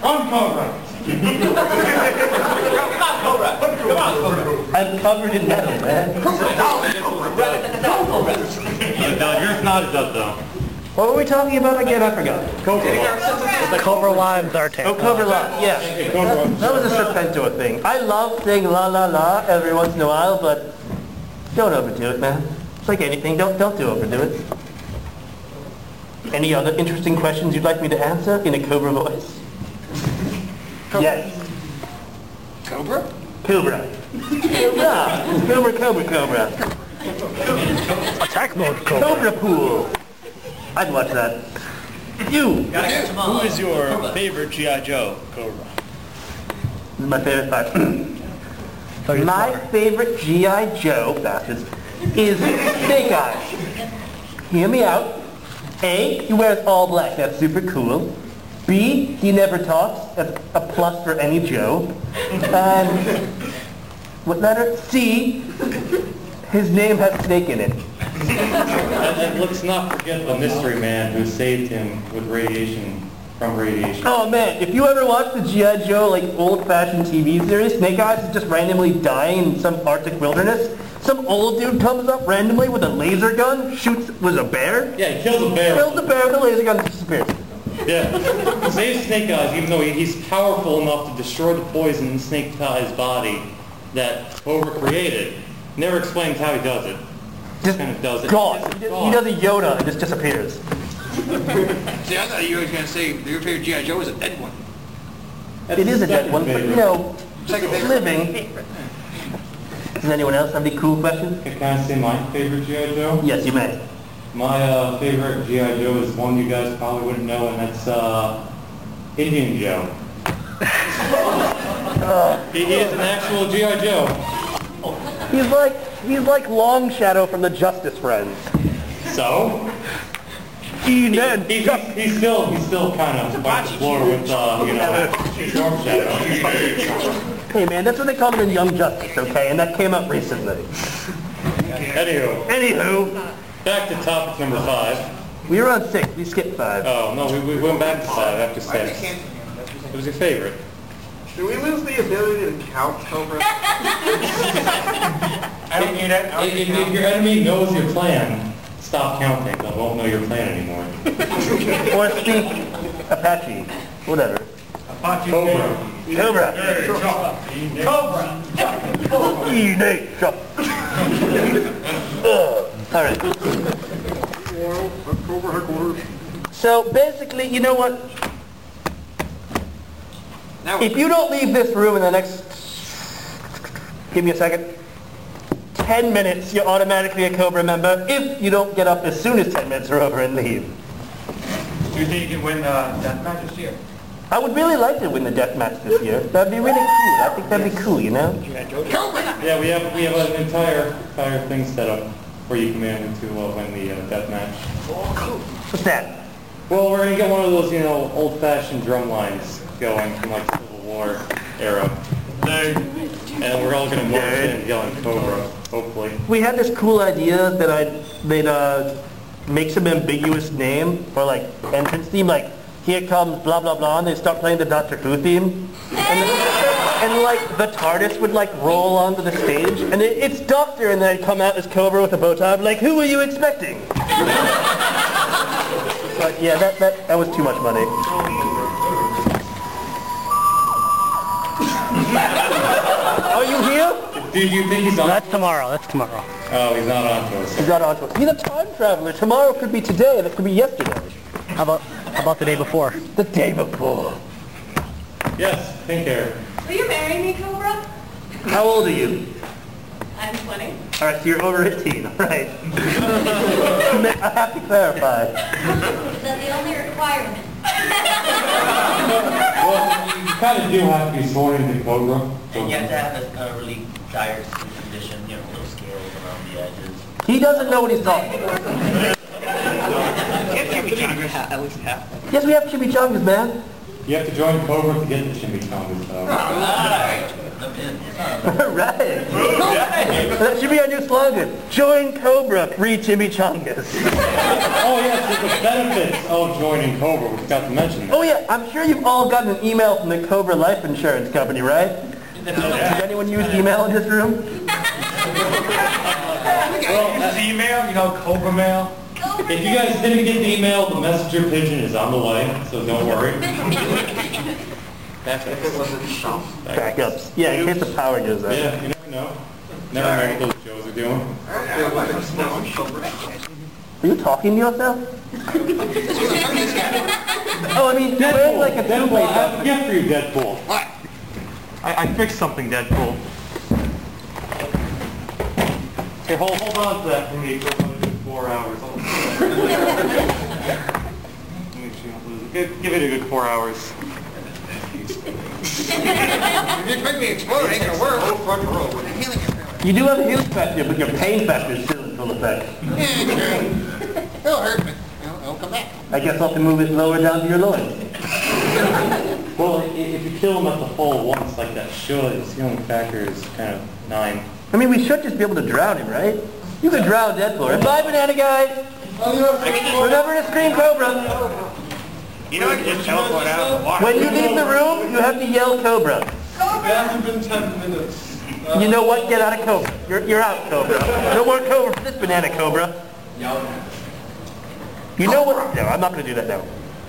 Cobra. Come on, Cobra. Come on, Cobra. I'm covered in metal, man. Now, yours knotted up though. What were we talking about again? I forgot. Cobra. Cover Live Zartan. Oh, Cover Live, yeah. That, that was a Serpentua thing. I love saying la la la every once in a while, but don't overdo it, man. It's like anything, don't, don't do overdo it. Any other interesting questions you'd like me to answer in a Cobra voice? Yes. Cobra? Cobra. Cobra. Cobra, Cobra, Cobra. Attack mode, Cobra. Cobra Pool. I'd watch that. You. Gotta catch 'em all. Who is your Cobra. favorite G.I. Joe? Cobra. This is my favorite part. my favorite G.I. Joe, bastards, is Snake Eyes. Hear me out. A, he wears all black. That's super cool. B, he never talks. That's a plus for any Joe. And what letter? C, his name has snake in it. And let's not forget the mystery man who saved him with radiation, from radiation. Oh man, if you ever watch the G.I. Joe like old-fashioned TV series, Snake Eyes is just randomly dying in some Arctic wilderness. Some old dude comes up randomly with a laser gun, shoots was a bear, Yeah, he kills a bear. kills the bear with a laser gun, disappears. Yeah. Save Snake Eyes, even though he- he's powerful enough to destroy the poison in Snake Eyes' body that Cobra created. Never explains how he does it. Just And it does it. gone. It's He does- gone. he does a Yoda and just disappears. See, I thought you were gonna say your favorite G.I. Joe was a dead one. That's it his is a dead second one, but favorite. you know, Second favorite. living. Does anyone else have any cool questions? Can I say my favorite G.I. Joe? Yes, you may. My uh, favorite G.I. Joe is one you guys probably wouldn't know, and that's uh, Indian Joe. he is an actual G.I. Joe. He's like he's like Long Shadow from the Justice Friends. So? He He- then he's, he's still he's still kind of on the floor with uh, you know Sharp Shadow. Hey man, that's what they call it in Young Justice, okay? And that came up recently. Anywho, Anywho, back to topic number five. we were on six. We skipped five. Oh no, we, we went back to five after six. It was your favorite. Do we lose the ability to count Cobra? I don't need it. If, if- if your enemy knows your plan, stop counting. They won't know your plan anymore. Or speak Apache, whatever. Cobra. Cobra. Cobra. Enate. Shut. Ugh. All right. Cobra headquarters. So basically, you know what? Now, If you don't leave this room in the next, give me a second, 10 minutes, you're automatically a Cobra member if you don't get up as soon as 10 minutes are over and leave. do you think you can win uh, that match this year? I would really like to win the death match this year. That'd be really cool. I think that'd be cool, you know? Yeah, we have we have an entire entire thing set up for you, Commander, to uh, win the uh, death match. What's that? Well, we're gonna get one of those you know old-fashioned drum lines going from like Civil War era. And we're all gonna march in and yell in Cobra, hopefully. We had this cool idea that I'd they'd uh, make some ambiguous name or like entrance theme, like here comes blah blah blah, and they start playing the Doctor Who theme, and, and like the TARDIS would like roll onto the stage, and it, it's Doctor, and then I'd come out as Cobra with a bow tie, I'd be like who were you expecting? but yeah, that, that that was too much money. Are you here? Do you think he's on? That's tomorrow. That's tomorrow. Oh, he's not on to us. He's not onto it. He's a time traveler. Tomorrow could be today. That could be yesterday. How about how about the day before? The day before. Yes, pink hair. Will you marry me, Cobra? How old are you? I'm 20. All right, so you're over 18, all right. I have to clarify. That's the only requirement. Well, you kind of do have to be sworn into Cobra. so- You have to have a, a really dire skin condition, you know, little scales around the edges. He doesn't know what he's talking about. Yes, we have chimichangas, man. You have to join Cobra to get the chimichangas, though. right. That should be our new slogan. Join Cobra, free chimichangas. Oh, yes, with the benefits of joining Cobra, we forgot to mention that. Oh yeah, I'm sure you've all gotten an email from the Cobra Life Insurance Company, right? Does anyone use email in this room? Well, that's Oh, email, you know, Cobra mail. Cobra If you guys didn't get the email, the messenger pigeon is on the way, so don't worry. That's If it wasn't Trump. Backups. Yeah, in case the power goes out. Yeah, you never know. Never know what those Joes are doing. If it wasn't Trump. Are you talking to yourself? oh, I mean, wearing like a Deadpool, two-way I have a gift for you, Deadpool. What? I, I fixed something, Deadpool. Hey, hold, hold on to that for me for about four hours. I'll- Make sure you don't lose it. Give, give it a good four hours. If you expect me to explode, it ain't gonna work. Oh, fuck, roll. With a healing effect. You do have a heel factor, but your pain factor is still in full effect. Yeah, true. It'll hurt, but it'll, it'll come back. I guess I'll have to move it lower down to your loins. Well, i- if you kill him at the hole once like that should, his healing factor is kind of nine. I mean, we should just be able to drown him, right? You could drown Deadpool. right? Bye, banana guys. Remember to scream Cobra. You know, I can just teleport out of the water. When you leave the room, you have to yell Cobra. Cobra. You know what? Get out of Cobra. You're, you're out, Cobra. No more Cobra for this banana, Cobra. You know what? No, I'm not going to do that now.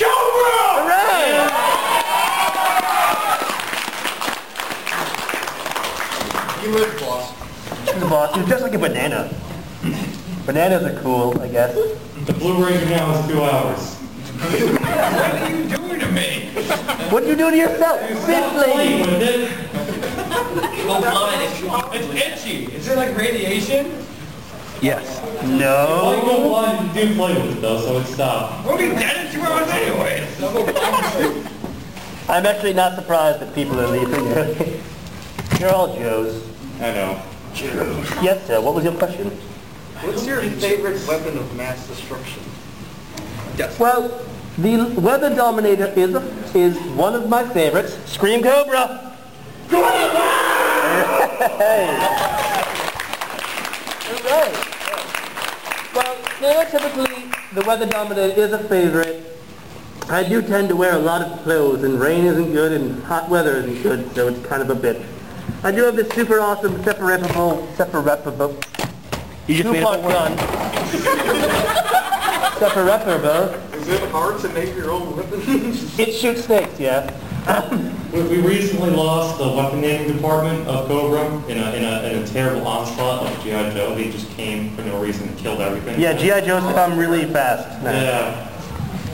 Cobra! Hooray! You live, boss. He's the boss. He's just like a banana. Bananas are cool, I guess. The blue ranger now is two hours. What are you doing to me? What do you do to yourself? Fish lady. Playing with it. Go blind if you want. It's itchy. Is it like radiation? Yes. Well, you go No. blind, you do play with it though, so it's stopped. We'll be dead in two hours anyway. I'm actually not surprised that people are leaving. You're all Joes. I know. Yes, sir. What was your question? What's your favorite weapon of mass destruction? Well, the Weather Dominator is is one of my favorites. Scream Cobra. Cobra! Hooray! Well, you know, typically the Weather Dominator is a favorite. I do tend to wear a lot of clothes, and rain isn't good, and hot weather isn't good, so it's kind of a bitch. I do have this super awesome separable, separable, You just made up two-part a word. gun. separable. Is it hard to make your own weapon? It shoots snakes, yeah. We, we recently lost the weapon naming department of Cobra in a, in a, in a terrible onslaught of G.I. Joe. They just came for no reason and killed everything. Yeah, GI Joes come really fast. now. Yeah.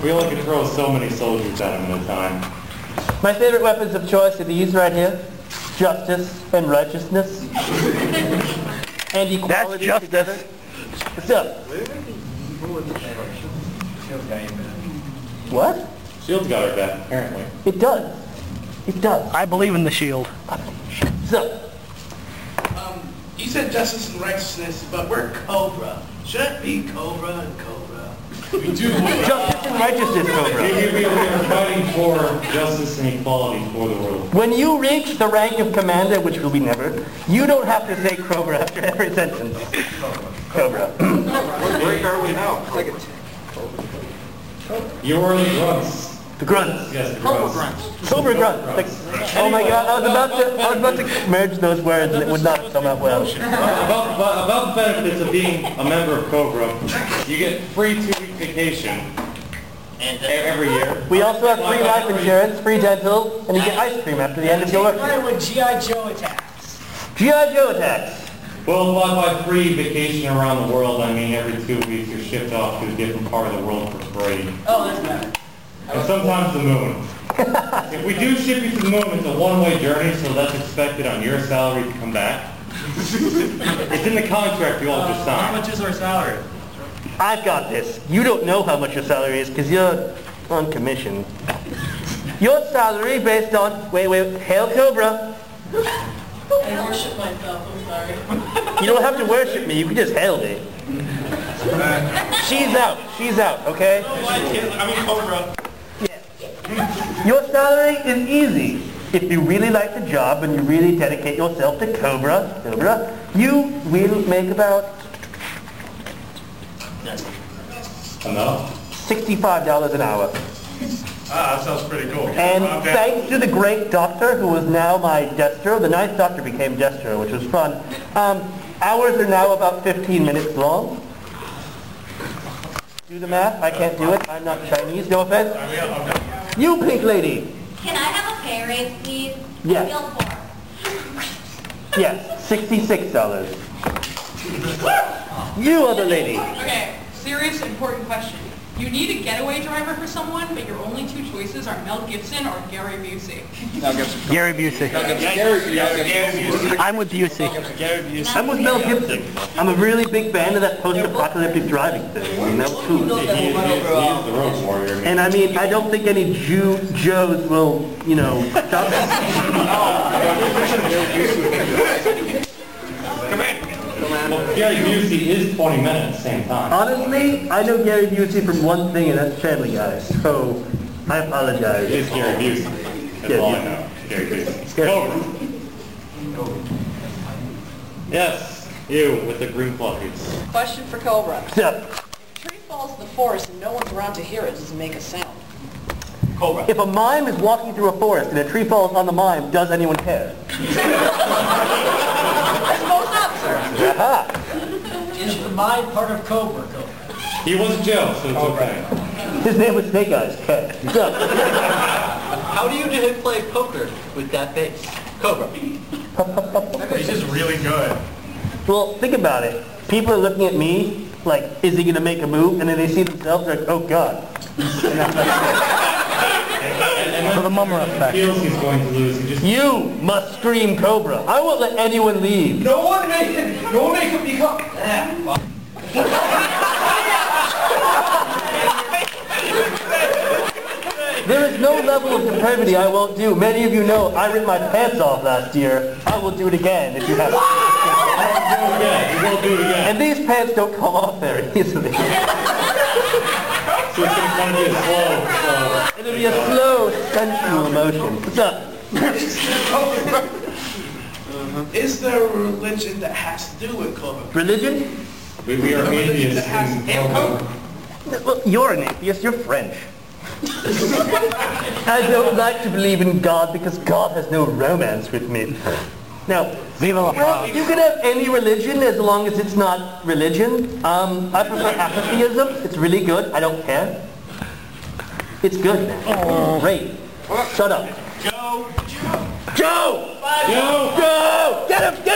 We only could throw so many soldiers at him at a time. My favorite weapons of choice are these right here: justice and righteousness, and equality. That's justice. So, what? Shield's got our back, apparently. It does. It does. I believe in the shield. So, You said justice and righteousness, but we're Cobra. Should it be Cobra and Cobra? We do. justice and righteousness, We, Cobra. we, we are fighting for justice and equality for the world. When you reach the rank of commander, which will be never, you don't have to say Cobra after every sentence. Cobra. What rank are we now? Like a You are the grunts. The grunts. Yes, the Cobra grunts. grunts. Cobra grunt. Like, oh my god, I was about to, I was about to merge those words and it would not come out well. About, about, about the benefits of being a member of Cobra, you get free two-week vacation And uh, e- every year. We also have free life insurance, free dental, and you get ice cream after the end of your work. when G.I. Joe attacks. G.I. Joe attacks. Well, by, by free vacation around the world, I mean every two weeks you're shipped off to a different part of the world for free. Oh, that's better. And sometimes the moon. if we do ship you to the moon, it's a one-way journey, so that's expected on your salary to come back. it's in the contract you Uh, all just signed. is our salary? I've got this. You don't know how much your salary is because you're on commission. Your salary based on, wait, wait, Hail Cobra. I worship myself, I'm sorry. You don't have to worship me, you can just hail me. She's out, she's out, okay? I mean Cobra. Your salary is easy. If you really like the job and you really dedicate yourself to Cobra, Cobra, you will make about Enough? $65 an hour. Ah, that sounds pretty cool. And thanks to the great doctor, who is now my jester, the nice doctor became jester, which was fun. Um, hours are now about 15 minutes long. Do the math. I can't do it. I'm not Chinese. No offense. You pink lady. Can I have a pay raise, please? Yes. I feel poor. Yes, $66. You other lady. Okay, serious important question. You need a getaway driver for someone, but your only two choices are Mel Gibson or Gary Busey. Now get some. Gary Busey. I'm with Busey. I'm with Mel Gibson. I'm a really big fan of that post-apocalyptic driving thing. Mel too. He is, he is the road warrior. I mean, And I mean, I don't think any Jew Joes will, you know, stop us. Well, Gary Busey is 20 minutes, same time. Honestly, I know Gary Busey from one thing, and that's Family Guy. So I apologize. It is Gary Busey. That's Yeah, all I yeah. know. Gary Busey. Gary- Cobra. Yes, you with the green pluckies. Question for Cobra. Except, Tree falls in the forest and no one's around to hear it, does it make a sound? Cobra. if a mime is walking through a forest and a tree falls on the mime, does anyone care? That's both up, sir. Aha! Is the mind part of Cobra, Cobra? He was a Joe, so it's okay. His name was Snake Eyes. Okay. Except, How do you play poker with that face? Cobra. This is really good. well, think about it. People are looking at me like, is he going to make a move? And then they see themselves like, oh God. For the mummer effect. Feels he's going to lose. He just You must scream Cobra. I won't let anyone leave. No one make it, no one make it become. There is no level of depravity I won't do. Many of you know I ripped my pants off last year. I will do it again if you have to. Yeah, he will do it again. And these pants don't come off very easily. So it's going to be a slow, slow. It'll be a slow, sensual emotion. What's up? Is there a religion that has to do with Cobra? Religion? We, we are atheists in Cobra. Well, you're an atheist. You're French. I don't like to believe in God because God has no romance with me. Now, Viva la well, you can have any religion as long as it's not religion. Um, I prefer atheism. It's really good. I don't care. It's good. Oh. Great. Shut up. Joe! Joe! Joe! Joe! Get him! Get him!